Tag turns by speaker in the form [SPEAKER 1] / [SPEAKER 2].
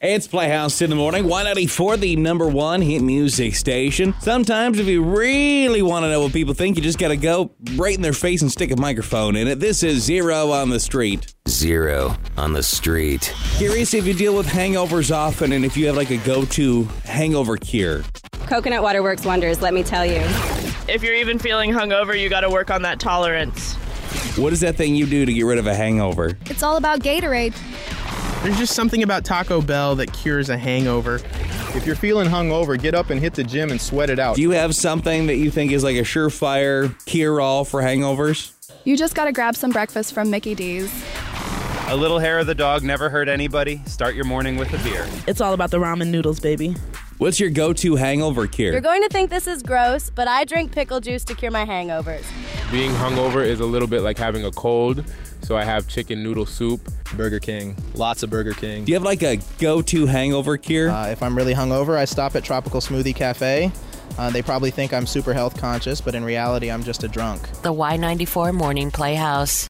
[SPEAKER 1] It's Playhouse in the Morning, 184, the number one hit music station. Sometimes, if you really want to know what people think, you just got to go right in their face and stick a microphone in it. This is Zero on the Street.
[SPEAKER 2] Zero on the street.
[SPEAKER 1] Curious if you deal with hangovers often and if you have like a go to hangover cure.
[SPEAKER 3] Coconut water works wonders, let me tell you.
[SPEAKER 4] If you're even feeling hungover, you got to work on that tolerance.
[SPEAKER 1] What is that thing you do to get rid of a hangover?
[SPEAKER 5] It's all about Gatorade.
[SPEAKER 6] There's just something about Taco Bell that cures a hangover.
[SPEAKER 7] If you're feeling hungover, get up and hit the gym and sweat it out.
[SPEAKER 1] Do you have something that you think is like a surefire cure all for hangovers?
[SPEAKER 5] You just gotta grab some breakfast from Mickey D's.
[SPEAKER 8] A little hair of the dog never hurt anybody. Start your morning with a beer.
[SPEAKER 9] It's all about the ramen noodles, baby.
[SPEAKER 1] What's your go to hangover cure?
[SPEAKER 10] You're going to think this is gross, but I drink pickle juice to cure my hangovers.
[SPEAKER 11] Being hungover is a little bit like having a cold, so I have chicken noodle soup.
[SPEAKER 7] Burger King, lots of Burger King.
[SPEAKER 1] do you have like a go to hangover cure?
[SPEAKER 12] Uh, if I'm really hungover, I stop at Tropical Smoothie Cafe. Uh, they probably think I'm super health conscious, but in reality, I'm just a drunk.
[SPEAKER 13] The Y94 Morning Playhouse.